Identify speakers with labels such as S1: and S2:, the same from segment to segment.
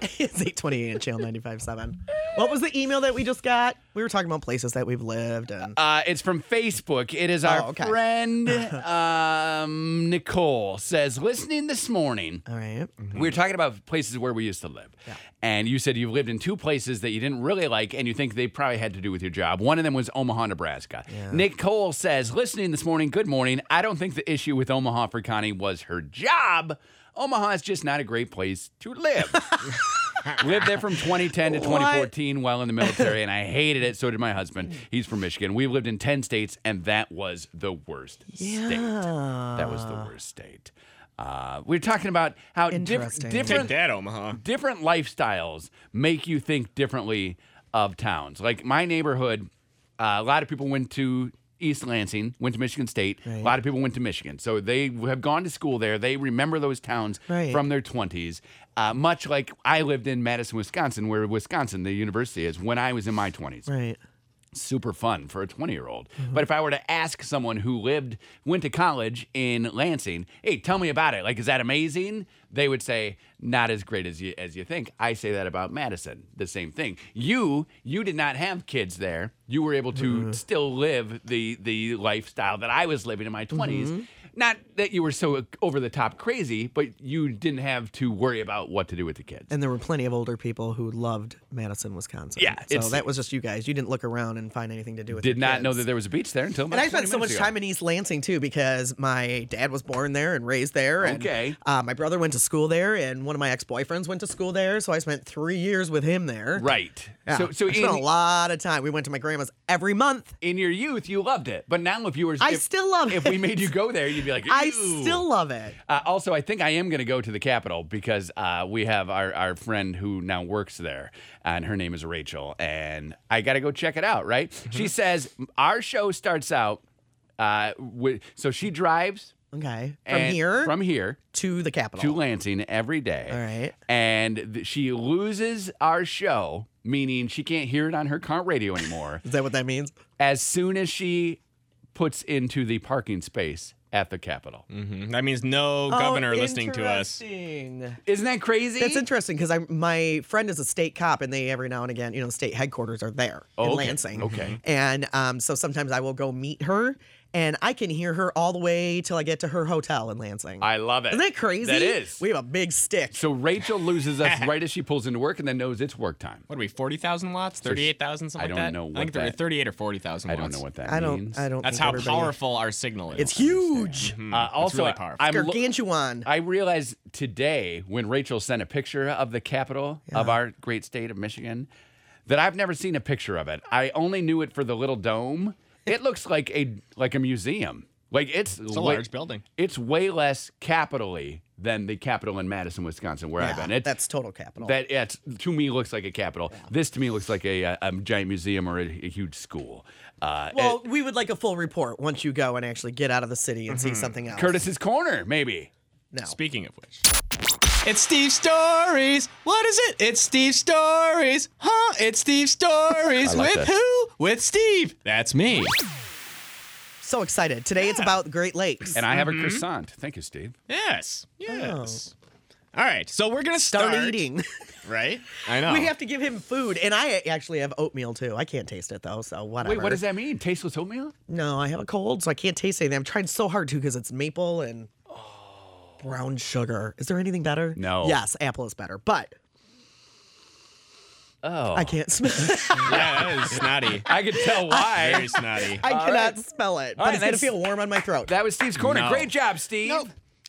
S1: it's 828 and channel 95.7. What was the email that we just got? We were talking about places that we've lived and
S2: Uh, it's from Facebook. It is our
S1: Oh, okay.
S2: friend um, Nicole says, listening this morning.
S1: all right.
S2: We were talking about places where we used to live. And you said you've lived in two places that you didn't really like and you think they probably had to do with your job. One of them was Omaha, Nebraska. Nicole says, listening this morning, good morning. I don't think the issue with Omaha for Connie was her job. Omaha is just not a great place to live. Lived there from 2010 to 2014 while in the military, and I hated it. So did my husband. He's from Michigan. We've lived in 10 states, and that was the worst state. That was the worst state. Uh, we are talking about how diff-
S1: Interesting.
S2: different
S3: Take that, Omaha.
S2: different lifestyles make you think differently of towns. Like my neighborhood, uh, a lot of people went to East Lansing, went to Michigan State. A lot of people went to Michigan, so they have gone to school there. They remember those towns
S1: Right.
S2: from their twenties. Uh, much like I lived in Madison, Wisconsin, where Wisconsin, the university is, when I was in my 20s
S1: Right.
S2: super fun for a 20 year old.
S1: Mm-hmm.
S2: But if I were to ask someone who lived, went to college in Lansing, hey, tell me about it. Like, is that amazing? They would say, not as great as you, as you think. I say that about Madison, the same thing. You, you did not have kids there. You were able to
S1: Mm-hmm.
S2: still live the, the lifestyle that I was living in my 20s.
S1: Mm-hmm.
S2: Not that you were so uh, over the top crazy, but you didn't have to worry about what to do with the kids.
S1: And there were plenty of older people who loved Madison, Wisconsin.
S2: Yeah,
S1: So
S2: it's-
S1: that was just you guys. You didn't look around and find anything to do with
S2: did
S1: your
S2: not
S1: kids.
S2: know that there was a beach there until
S1: And I spent so much time in East Lansing too because my dad was born there and raised there. And,
S2: Okay.
S1: Uh, my brother went to school there, and one of my ex boyfriends went to school there. So I spent three years with him there.
S2: right.
S1: Yeah.
S2: So, so
S1: I spent
S2: in,
S1: a lot of time. We went to my grandma's every month.
S2: in your youth, you loved it, but now if you were,
S1: I
S2: if,
S1: still love
S2: if
S1: it.
S2: we made you go there, you'd be like,
S1: I
S2: "Ew."
S1: still love it.
S2: Uh, also, I think I am going to go to the Capitol because uh, we have our, our friend who now works there, and her name is Rachel, and I got to go check it out. Right?
S1: Mm-hmm.
S2: She says our show starts out, uh, with, so she drives
S1: Okay. From
S2: and-
S1: here
S2: from here
S1: to the Capitol.
S2: to Lansing every day.
S1: All right.
S2: and th- she loses our show, meaning she can't hear it on her car radio anymore.
S1: Is that what that means?
S2: as soon as she puts into the parking space at the Capitol.
S3: Mhm. That means no governor listening to us.
S1: Oh, Interesting.
S2: Isn't that crazy?
S1: That's interesting because I my friend is a state cop and they every now and again you know state headquarters are there in
S2: Oh, okay,
S1: Lansing.
S2: okay.
S1: And um, so sometimes I will go meet her and I can hear her all the way till I get to her hotel in Lansing.
S2: I love it.
S1: Isn't that crazy?
S2: That is.
S1: We have a big stick.
S2: so Rachel loses us right as she pulls into work and then knows it's work time.
S3: What are we, 40,000 watts? 38,000? Something
S2: I
S3: like
S2: don't
S3: that?
S2: know
S3: I
S2: what
S3: think there were
S2: that-
S3: 38 or 40,000
S2: I
S3: watts.
S2: don't know what that
S1: I don't.
S2: means.
S1: I don't.
S3: That's
S1: think
S3: how
S1: everybody-
S3: powerful our signal is.
S1: It's huge.
S2: Uh, also,
S3: really powerful.
S2: I'm lo-
S1: Gargantuan.
S2: I realized today when Rachel sent a picture of the Capitol of our great state of Michigan that I've never seen a picture of it. I only knew it for the little dome. It looks like a like a museum. Like it's
S3: It's a large building.
S2: it's way less capitally than the Capitol in Madison, Wisconsin, where I've been. It,
S1: That's total capital.
S2: that yeah, it's, to me looks like a Capitol. This to me looks like a, a, a giant museum or a, a huge school. Uh,
S1: well, we would like a full report once you go and actually get out of the city and see
S2: Mm-hmm.
S1: something else.
S2: Curtis's Corner, maybe.
S1: no.
S3: Speaking of which, it's Steve Stories. What is it? It's Steve Stories. Huh? It's Steve Stories.
S2: like
S3: With
S2: that.
S3: who? With Steve. That's me.
S1: So excited. Today it's about the Great Lakes.
S2: And I have a croissant. Thank you, Steve.
S3: Yes. Yes. All right. So we're going to
S1: Oh. Start
S3: start,
S1: eating.
S3: Right? I
S2: Oh.
S3: know.
S1: we have to give him food, and I actually have oatmeal too. I can't taste it though, so whatever.
S2: Wait, what does that mean? Tasteless oatmeal?
S1: No, I have a cold, so I can't taste anything. I'm trying so hard to because it's maple and brown sugar. Is there anything better?
S2: Oh. No.
S1: Yes, apple is better, but
S2: Oh.
S1: I can't smell.
S3: yeah, that is snotty.
S2: I could tell why.
S3: Very snotty.
S1: I cannot smell it. But
S2: right,
S1: it's gonna
S2: that's-
S1: feel warm on my throat.
S2: that was Steve's corner.
S3: No.
S2: Great job, Steve.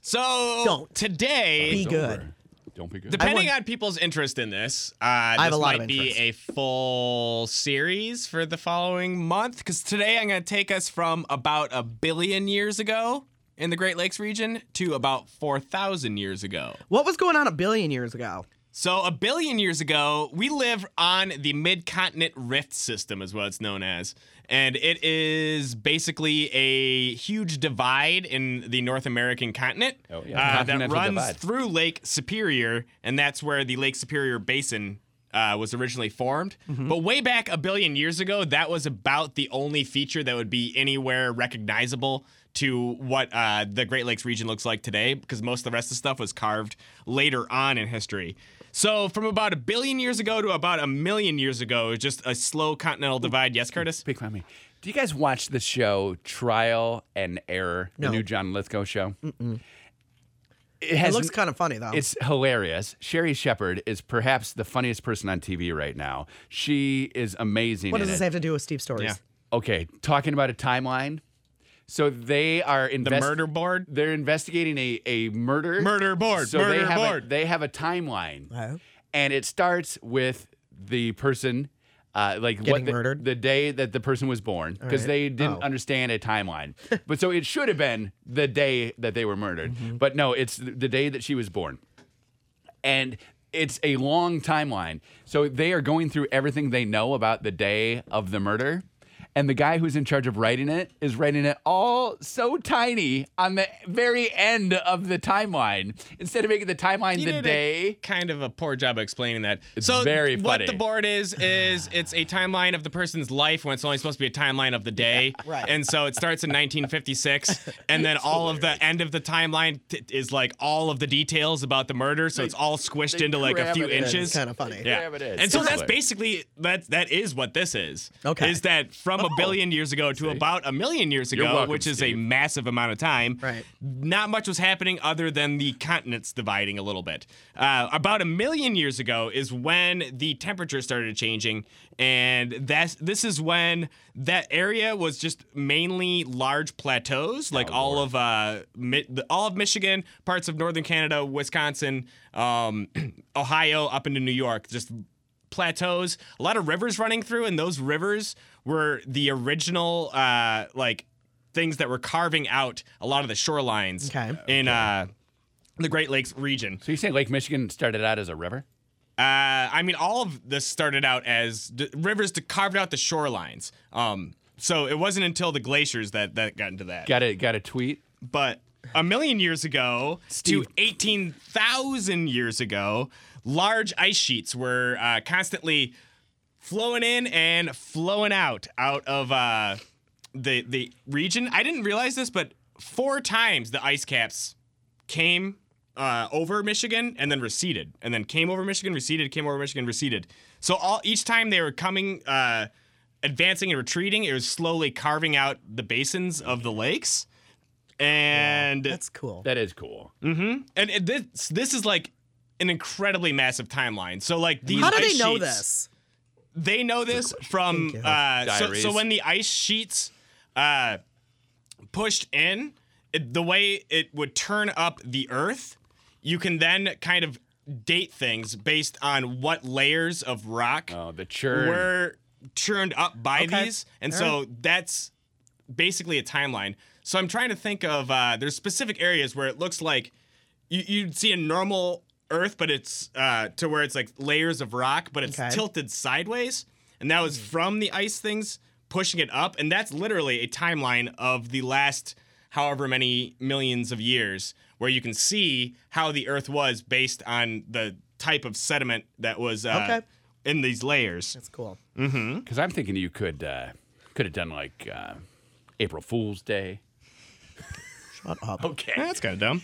S3: So
S1: Don't.
S3: today,
S1: Be
S2: It's
S1: good.
S2: over. Don't be good.
S3: Depending
S1: I
S3: on people's interest in this, uh, I this
S1: have a lot
S3: might
S1: of
S3: be a full series for the following month. Because today I'm going to take us from about a billion years ago in the Great Lakes region to about 4,000 years ago.
S1: What was going on a billion years ago?
S3: So, a billion years ago, we live on the mid continent rift system, is what it's known as. And it is basically a huge divide in the North American continent
S2: Oh, yeah.
S3: uh, that
S2: Continental
S3: runs
S2: divide.
S3: through Lake Superior. And that's where the Lake Superior Basin uh, was originally formed. But way back a billion years ago, that was about the only feature that would be anywhere recognizable to what uh, the Great Lakes region looks like today because most of the rest of the stuff was carved later on in history. So from about a billion years ago to about a million years ago, it's just a slow continental divide. Yes, Curtis?
S2: Pick on me. Do you guys watch the show Trial and Error,
S1: No.
S2: the new John Lithgow show? It has
S1: it looks kind of funny though.
S2: It's hilarious. Sherry Shepard is perhaps the funniest person on TV right now. She is amazing.
S1: what
S2: in
S1: does this
S2: it.
S1: have to do with Steve Stories?
S3: Yeah.
S2: Okay, talking about a timeline. So they are in
S3: The murder board?
S2: They're investigating a, a murder.
S3: Murder board,
S2: So they
S3: murder
S2: have A,
S3: board.
S2: they have a timeline,
S1: Oh.
S2: and it starts with the person. Uh, like what
S1: Getting
S2: the,
S1: murdered?
S2: the day that the person was born because
S1: right.
S2: they didn't
S1: Oh.
S2: understand a timeline but so it should have been the day that they were murdered but no it's th- the day that she was born and it's a long timeline. So they are going through everything they know about the day of the murder. And the guy who's in charge of writing it is writing it all so tiny on the very end of the timeline. Instead of making the timeline
S3: You
S2: the
S3: did a
S2: day,
S3: kind of a poor job of explaining that. so
S2: very
S3: what
S2: funny.
S3: the board is is it's a timeline of the person's life when it's only supposed to be a timeline of the day.
S1: right.
S3: And so it starts in 1956, and then all of the end of the timeline t- is like all of the details about the murder. So it's all squished
S2: they
S3: into like a
S2: cram
S3: few
S2: it in.
S3: inches.
S1: It's kind of funny.
S3: yeah,
S2: Grab it in.
S3: and so that's
S2: Exactly.
S3: basically that. That is what this is.
S1: Okay.
S3: is that from a billion years ago to about a million years ago,
S2: Oh. welcome,
S3: which is
S2: Steve.
S3: a massive amount of time.
S1: Right.
S3: Not much was happening other than the continents dividing a little bit. Uh, about a million years ago is when the temperature started changing, and that's this is when that area was just mainly large plateaus, like all of uh, mi- the- all of Michigan, parts of northern Canada, Wisconsin, um, Ohio, up into New York, just plateaus, a lot of rivers running through, and those rivers were the original uh, like things that were carving out a lot of the shorelines
S1: Okay.
S3: in uh, the Great Lakes region.
S2: so you say Lake Michigan started out as a river?
S3: Uh, I mean, all of this started out as d- rivers to carved out the shorelines. Um, so it wasn't until the glaciers that that got into that.
S2: Got a got a tweet?
S3: but a million years ago to 18,000 years ago, large ice sheets were uh, constantly flowing in and flowing out out of uh, the the region. I didn't realize this, but four times the ice caps came uh, over Michigan and then receded, and then came over Michigan, receded, came over Michigan, receded. So all each time they were coming, uh, advancing and retreating, it was slowly carving out the basins of the lakes. And
S1: That's cool.
S2: That is cool.
S3: and it- this this is like an incredibly massive timeline. So like these
S1: How do
S3: ice
S1: they know
S3: sheets-
S1: this?
S3: They know this from
S1: Thank you.
S3: uh, so,
S2: Diaries.
S3: so when the ice sheets uh, pushed in, it, the way it would turn up the Earth, you can then kind of date things based on what layers of rock
S2: Oh, the churn.
S3: were churned up by
S1: Okay.
S3: these, and
S1: All
S3: so that's basically a timeline. So I'm trying to think of uh, there's specific areas where it looks like you, you'd see a normal Earth, but it's uh, to where it's like layers of rock, but it's
S1: Okay. Hmm.
S3: tilted sideways, and that was from the ice things pushing it up, and that's literally a timeline of the last however many millions of years where you can see how the Earth was based on the type of sediment that was uh,
S1: Okay.
S3: in these layers.
S1: That's cool.
S2: Because I'm thinking you could uh, could have done like uh, April Fool's Day.
S1: Shut up.
S2: Okay.
S3: That's kind of dumb.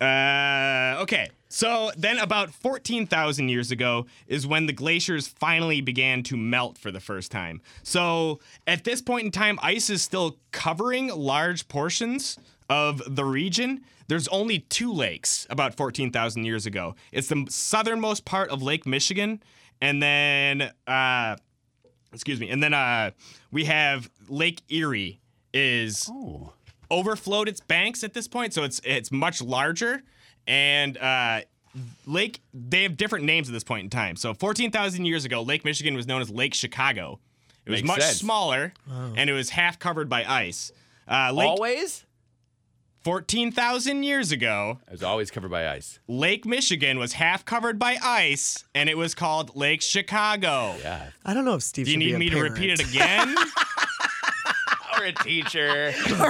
S3: Uh, okay. So then, about 14,000 years ago, is when the glaciers finally began to melt for the first time. So at this point in time, ice is still covering large portions of the region. There's only two lakes about 14,000 years ago. It's the southernmost part of Lake Michigan, and then uh, excuse me, and then uh, we have Lake Erie is
S2: Oh.
S3: overflowed its banks at this point, so it's it's much larger. And uh, Lake, they have different names at this point in time. So 14,000 years ago, Lake Michigan was known as Lake Chicago. It was
S2: Makes
S3: much
S2: sense.
S3: smaller,
S1: Oh.
S3: and it was half covered by ice. Uh, Lake
S2: Always?
S3: 14,000 years ago,
S2: It was always covered by ice.
S3: Lake Michigan was half covered by ice, and it was called Lake Chicago.
S2: Yeah.
S1: I don't know if Steve.
S3: Do you
S1: should be
S3: need
S1: a
S3: me to repeat it again?
S2: or a teacher
S1: again?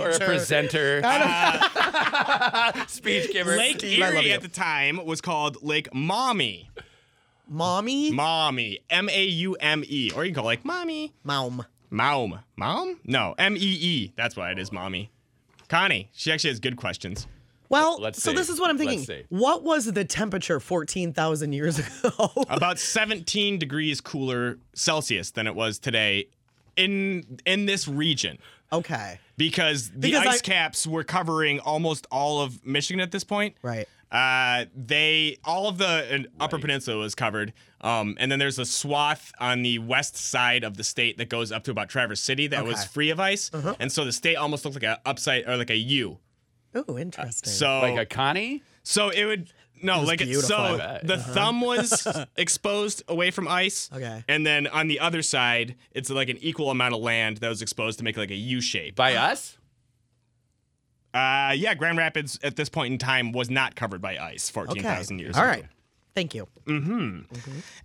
S2: or a presenter, uh, speech giver.
S3: Lake
S1: Steve, I love
S3: Erie
S1: you.
S3: at the time was called Lake Mommy.
S1: Mommy,
S3: Mommy, M A U M E, or you can call it like mommy.
S1: mom.
S3: Maum. Maum? No, M E E. That's why it is, mommy. Connie, she actually has good questions.
S1: Well,
S2: Let's
S1: so
S2: see.
S1: this is what I'm
S2: Let's
S1: thinking.
S2: see.
S1: What was the temperature 14,000 years ago?
S3: About 17 degrees cooler Celsius than it was today in in this region
S1: okay.
S3: because the
S1: Because
S3: ice
S1: I-
S3: caps were covering almost all of Michigan at this point.
S1: Right.
S3: Uh, they all of the uh, Upper Peninsula was covered, um, and then there's a swath on the west side of the state that goes up to about Traverse City that was
S1: Okay. Uh-huh.
S3: free of ice, and so the state almost looked like a upside or like a U.
S1: Oh, interesting.
S3: So
S2: Like a Connie?
S3: So it would no, like it,
S1: beautiful.
S3: so
S1: I Uh-huh.
S2: bet.
S3: the thumb was exposed away from ice.
S1: Okay.
S3: And then on the other side, it's like an equal amount of land that was exposed to make like a U shape.
S2: By us?
S3: Uh yeah, Grand Rapids at this point in time was not covered by ice 14,000 years
S1: All
S3: ago.
S1: right. Thank you.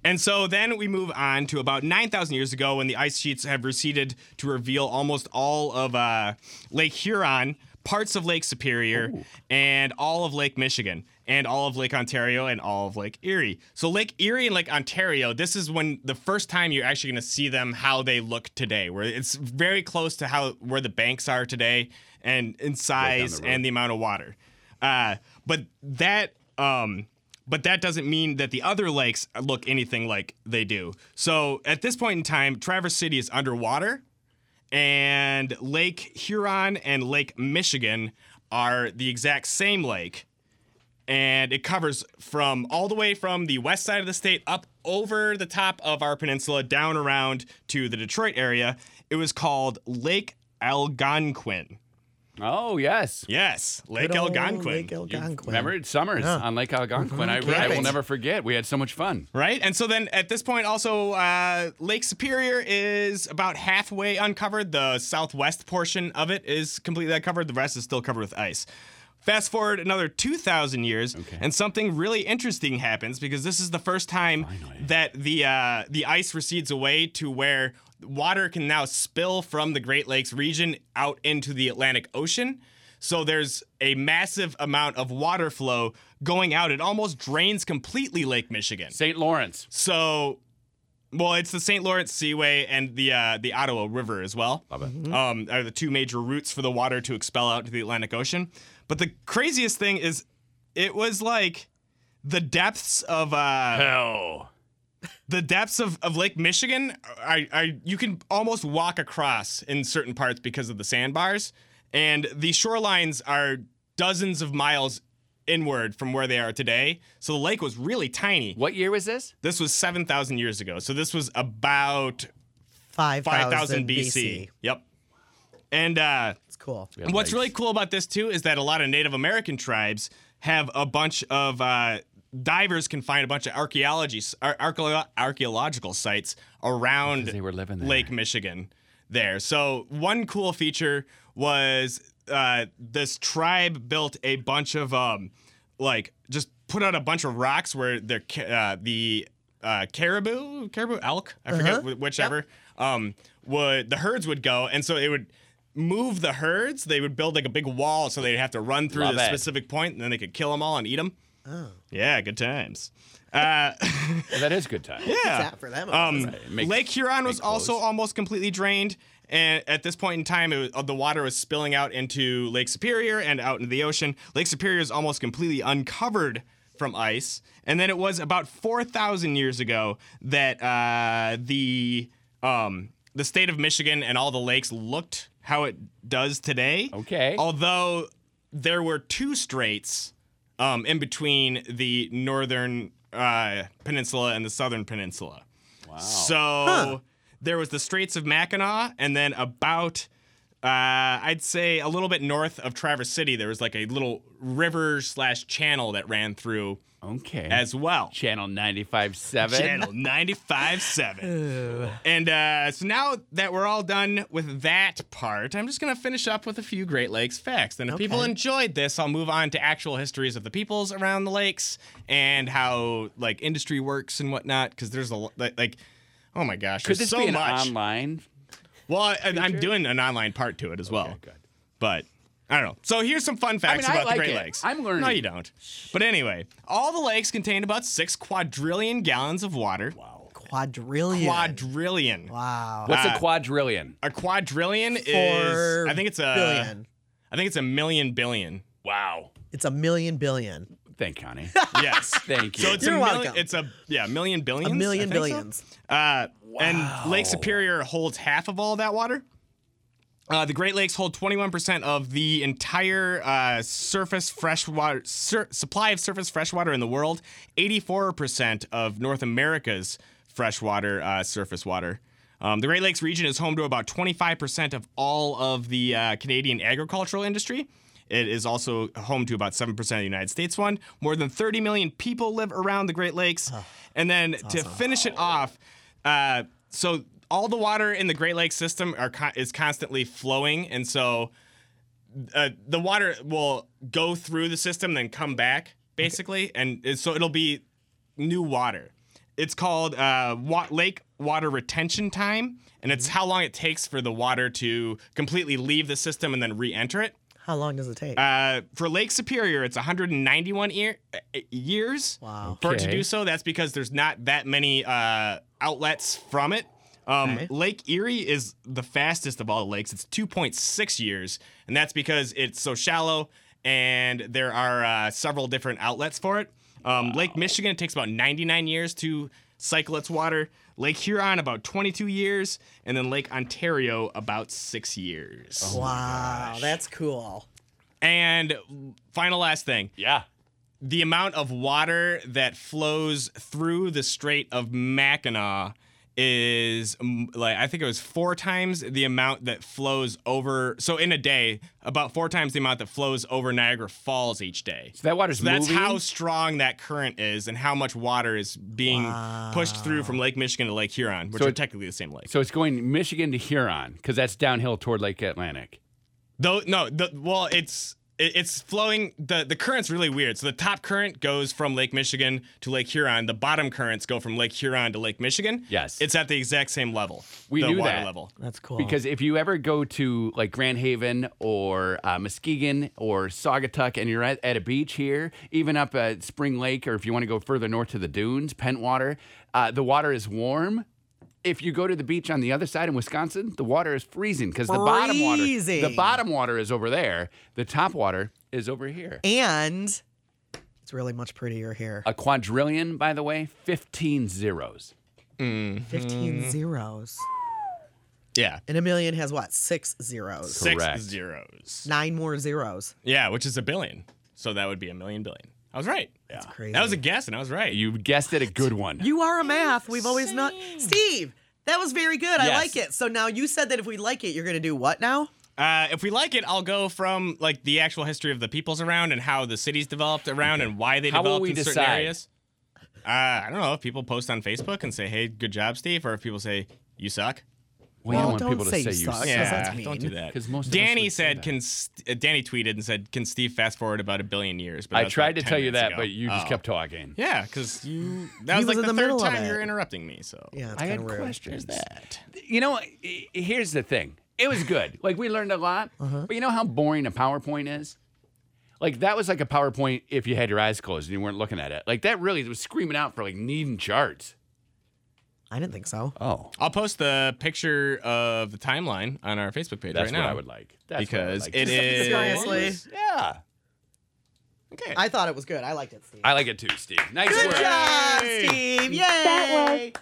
S3: And so then we move on to about 9,000 years ago when the ice sheets have receded to reveal almost all of uh, Lake Huron, parts of Lake Superior, and all of Lake Michigan, and all of Lake Ontario, and all of Lake Erie. So, Lake Erie and Lake Ontario, this is when the first time you're actually going to see them how they look today, where it's very close to how where the banks are today and in size
S2: road.
S3: and the amount of water. Uh, but that um, but that doesn't mean that the other lakes look anything like they do. So at this point in time, Traverse City is underwater, and Lake Huron and Lake Michigan are the exact same lake, and it covers from all the way from the west side of the state up over the top of our peninsula down around to the Detroit area. It was called Lake Algonquin.
S2: Oh, yes.
S3: Yes, Lake
S1: Good old
S3: Algonquin.
S1: Lake
S3: You-
S1: Algonquin.
S2: Remember it's summers on Lake Algonquin. I, I will
S1: Perfect.
S2: never forget. We had so much fun.
S3: Right? And so then at this point, also, uh, Lake Superior is about halfway uncovered. The southwest portion of it is completely uncovered, the rest is still covered with ice. Fast forward another 2,000 years, and something really interesting happens because this is the first time that the, uh, the ice recedes away to where water can now spill from the Great Lakes region out into the Atlantic Ocean. So there's a massive amount of water flow going out. It almost drains completely Lake Michigan.
S2: St. Lawrence.
S3: So, well, it's the St. Lawrence Seaway and the uh, the Ottawa River as well. Love it. Um, are the two major routes for the water to expel out to the Atlantic Ocean. But the craziest thing is, it was like the depths of uh,
S2: Oh.
S3: the depths of, of Lake Michigan. I, I you can almost walk across in certain parts because of the sandbars, and the shorelines are dozens of miles inward from where they are today. So the lake was really tiny.
S2: What year was this?
S3: This was 7,000 years ago. So this was about
S1: 5,000
S3: 5,000 BC. Yep. And uh,
S1: It's cool.
S3: what's really cool about this, too, is that a lot of Native American tribes have a bunch of uh, divers can find a bunch of archaeology, ar- archaeo- archaeological sites around
S2: Because they were living there.
S3: Lake Michigan there. So one cool feature was uh, this tribe built a bunch of um, like just put out a bunch of rocks where the ca- uh, the uh, caribou, caribou elk, I forget wh- whichever, um, would the herds would go, and so it would move the herds. They would build like a big wall, so they'd have to run through
S2: Love
S3: the
S2: it.
S3: specific point, and then they could kill them all and eat them. Yeah, good times. Uh,
S2: Well, that is good time.
S3: yeah.
S1: What's that for them?
S3: Um,
S2: Right, it makes-
S3: Lake Huron was
S2: makes
S3: also
S2: clothes.
S3: almost completely drained, and at this point in time, it was, uh, the water was spilling out into Lake Superior and out into the ocean. Lake Superior is almost completely uncovered from ice, and then it was about four thousand years ago that uh, the um, the state of Michigan and all the lakes looked how it does today.
S2: Okay.
S3: Although there were two straits um, in between the northern uh, peninsula and the southern peninsula. Wow. So there was the Straits of Mackinac, and then about uh, I'd say a little bit north of Traverse City, there was like a little river slash channel that ran through
S2: Okay.
S3: as well.
S2: Channel 95.7.
S3: Channel 95.7. and uh, so now that we're all done with that part, I'm just going to finish up with a few Great Lakes facts. Then, if people
S1: Okay.
S3: enjoyed this, I'll move on to actual histories of the peoples around the lakes and how like industry works and whatnot. Because there's a lo- like, like, oh my gosh,
S2: Could
S3: there's
S2: this
S3: so
S2: be an
S3: much.
S2: online?
S3: well, I, I'm doing an online part to it as well.
S2: good.
S3: But I don't know. So here's some fun facts
S2: I
S3: about
S2: like
S3: the Great
S2: it.
S3: Lakes.
S2: I'm learning.
S3: No, you don't. But anyway, all the lakes contain about six quadrillion gallons of water. Wow.
S1: Quadrillion.
S3: Quadrillion.
S1: wow.
S2: What's a
S3: Uh,
S2: quadrillion?
S3: A quadrillion
S1: Four
S3: is I think it's a
S1: billion.
S3: I think it's a million billion.
S2: Wow.
S1: It's a million billion.
S2: Thank Connie.
S3: Yes.
S2: Thank you.
S3: So it's
S1: You're
S3: a million.
S1: welcome.
S3: It's a yeah, million billions.
S1: A million
S3: I think so.
S1: billions.
S3: Uh, And Lake Superior holds half of all that water. Uh, the Great Lakes hold 21% of the entire uh, surface freshwater sur- supply of surface freshwater in the world, 84% of North America's freshwater uh, surface water. Um, the Great Lakes region is home to about 25% of all of the uh, Canadian agricultural industry. It is also home to about 7% of the United States one. More than 30 million people live around the Great Lakes. and then to finish it off, uh, so all the water in the Great Lakes system are co- is constantly flowing, and so uh, the water will go through the system, then come back, basically, and it- so it'll be new water. It's called uh, wa- lake water retention time, and it's how long it takes for the water to completely leave the system and then re-enter it.
S1: How long does it take?
S3: Uh, for Lake Superior, it's 191 ear, uh, years
S1: Wow.
S3: for it to
S2: Okay.
S3: do so. That's because there's not that many uh, outlets from it. Um,
S1: Okay.
S3: Lake Erie is the fastest of all the lakes. It's 2.6 years, and that's because it's so shallow and there are uh, several different outlets for it. Um, Lake Michigan it takes about 99 years to cycle its water. Lake Huron about 22 years, and then Lake Ontario about six years.
S1: Oh wow, that's cool.
S3: And final last thing
S2: yeah.
S3: the amount of water that flows through the Strait of Mackinac is mm, like I think it was four times the amount that flows over. So in a day, about four times the amount that flows over Niagara Falls each day.
S2: So that water's
S3: So that's
S2: moving.
S3: how strong that current is, and how much water is being pushed through from Lake Michigan to Lake Huron, which
S2: So
S3: are
S2: it-
S3: technically the same lake.
S2: So it's going Michigan to Huron because that's downhill toward Lake Atlantic.
S3: Though no, the, well, it's it, it's flowing. the The current's really weird. So the top current goes from Lake Michigan to Lake Huron. The bottom currents go from Lake Huron to Lake Michigan.
S2: Yes.
S3: it's at the exact same level.
S2: We
S3: the
S2: knew
S3: water
S2: that.
S3: level.
S1: That's cool.
S2: Because if you ever go to like Grand Haven or uh, Muskegon or Saugatuck and you're at, at a beach here, even up at Spring Lake, or if you want to go further north to the dunes, Pentwater, uh, the water is warm. If you go to the beach on the other side in Wisconsin, the water is freezing because the bottom water, the
S1: Freezing.
S2: bottom water is over there. The top water is over here.
S1: and it's really much prettier here.
S2: A quadrillion, by the way, 15 zeros.
S1: 15 zeros.
S3: Yeah,
S1: And a million has what? Six zeros.
S3: six
S2: Correct.
S3: zeros.
S1: Nine more zeros.
S3: Yeah, which is a billion. So that would be a million billion. I was right. That's
S1: crazy.
S3: That was a guess, and I was right.
S2: You guessed it, a good one.
S1: You are a math. We've always not. Steve, that was very good. I
S3: Yes.
S1: like it. So now you said that if we like it, you're going to do what now?
S3: Uh, if we like it, I'll go from like the actual history of the peoples around and how the cities developed around and why they
S2: How will
S3: developed
S2: we
S3: in certain
S2: decide?
S3: areas. Uh, I don't know if people post on Facebook and say, "Hey, good job, Steve," or if people say, "You suck."
S2: we
S1: Well,
S2: don't want
S1: don't
S2: people to
S1: say
S2: say
S1: you
S2: you
S1: suck.
S2: suck.
S1: Yeah. that's
S3: don't
S1: mean.
S3: do that.
S2: 'Cause most of us
S3: Danny
S2: would say
S3: said,
S2: that.
S3: "Can St- uh, Danny tweeted and said, can Steve fast forward about a billion years?" But
S2: I
S3: that's
S2: tried
S3: like
S2: to
S3: 10
S2: tell you
S3: minutes
S2: that,
S3: ago.
S2: but you just
S3: Oh.
S2: kept talking.
S3: yeah, because you that was,
S1: was
S3: like
S1: in the
S3: the, third
S1: middle of
S3: time
S1: it.
S3: you're interrupting me. So
S1: Yeah, it's
S2: I
S1: kind
S2: had
S1: of rude.
S2: questions.
S3: that.
S2: You know, i- here's the thing. It was good. Like we learned a lot. But you know how boring a PowerPoint is? Like that was like a PowerPoint if you had your eyes closed and you weren't looking at it. Like that really was screaming out for like needing charts.
S1: I didn't think so.
S2: Oh.
S3: I'll post the picture of the timeline on our Facebook page
S2: That's
S3: right
S2: what
S3: now
S2: I would like. That's
S3: because
S2: what I would
S3: it
S2: like.
S3: is
S1: Seriously?
S2: Yeah.
S3: okay.
S1: I thought it was good. I liked it, Steve.
S2: I like it too, Steve. Nice
S1: Good
S2: work.
S1: job,
S3: Yay!
S1: Steve. Yay.
S4: That was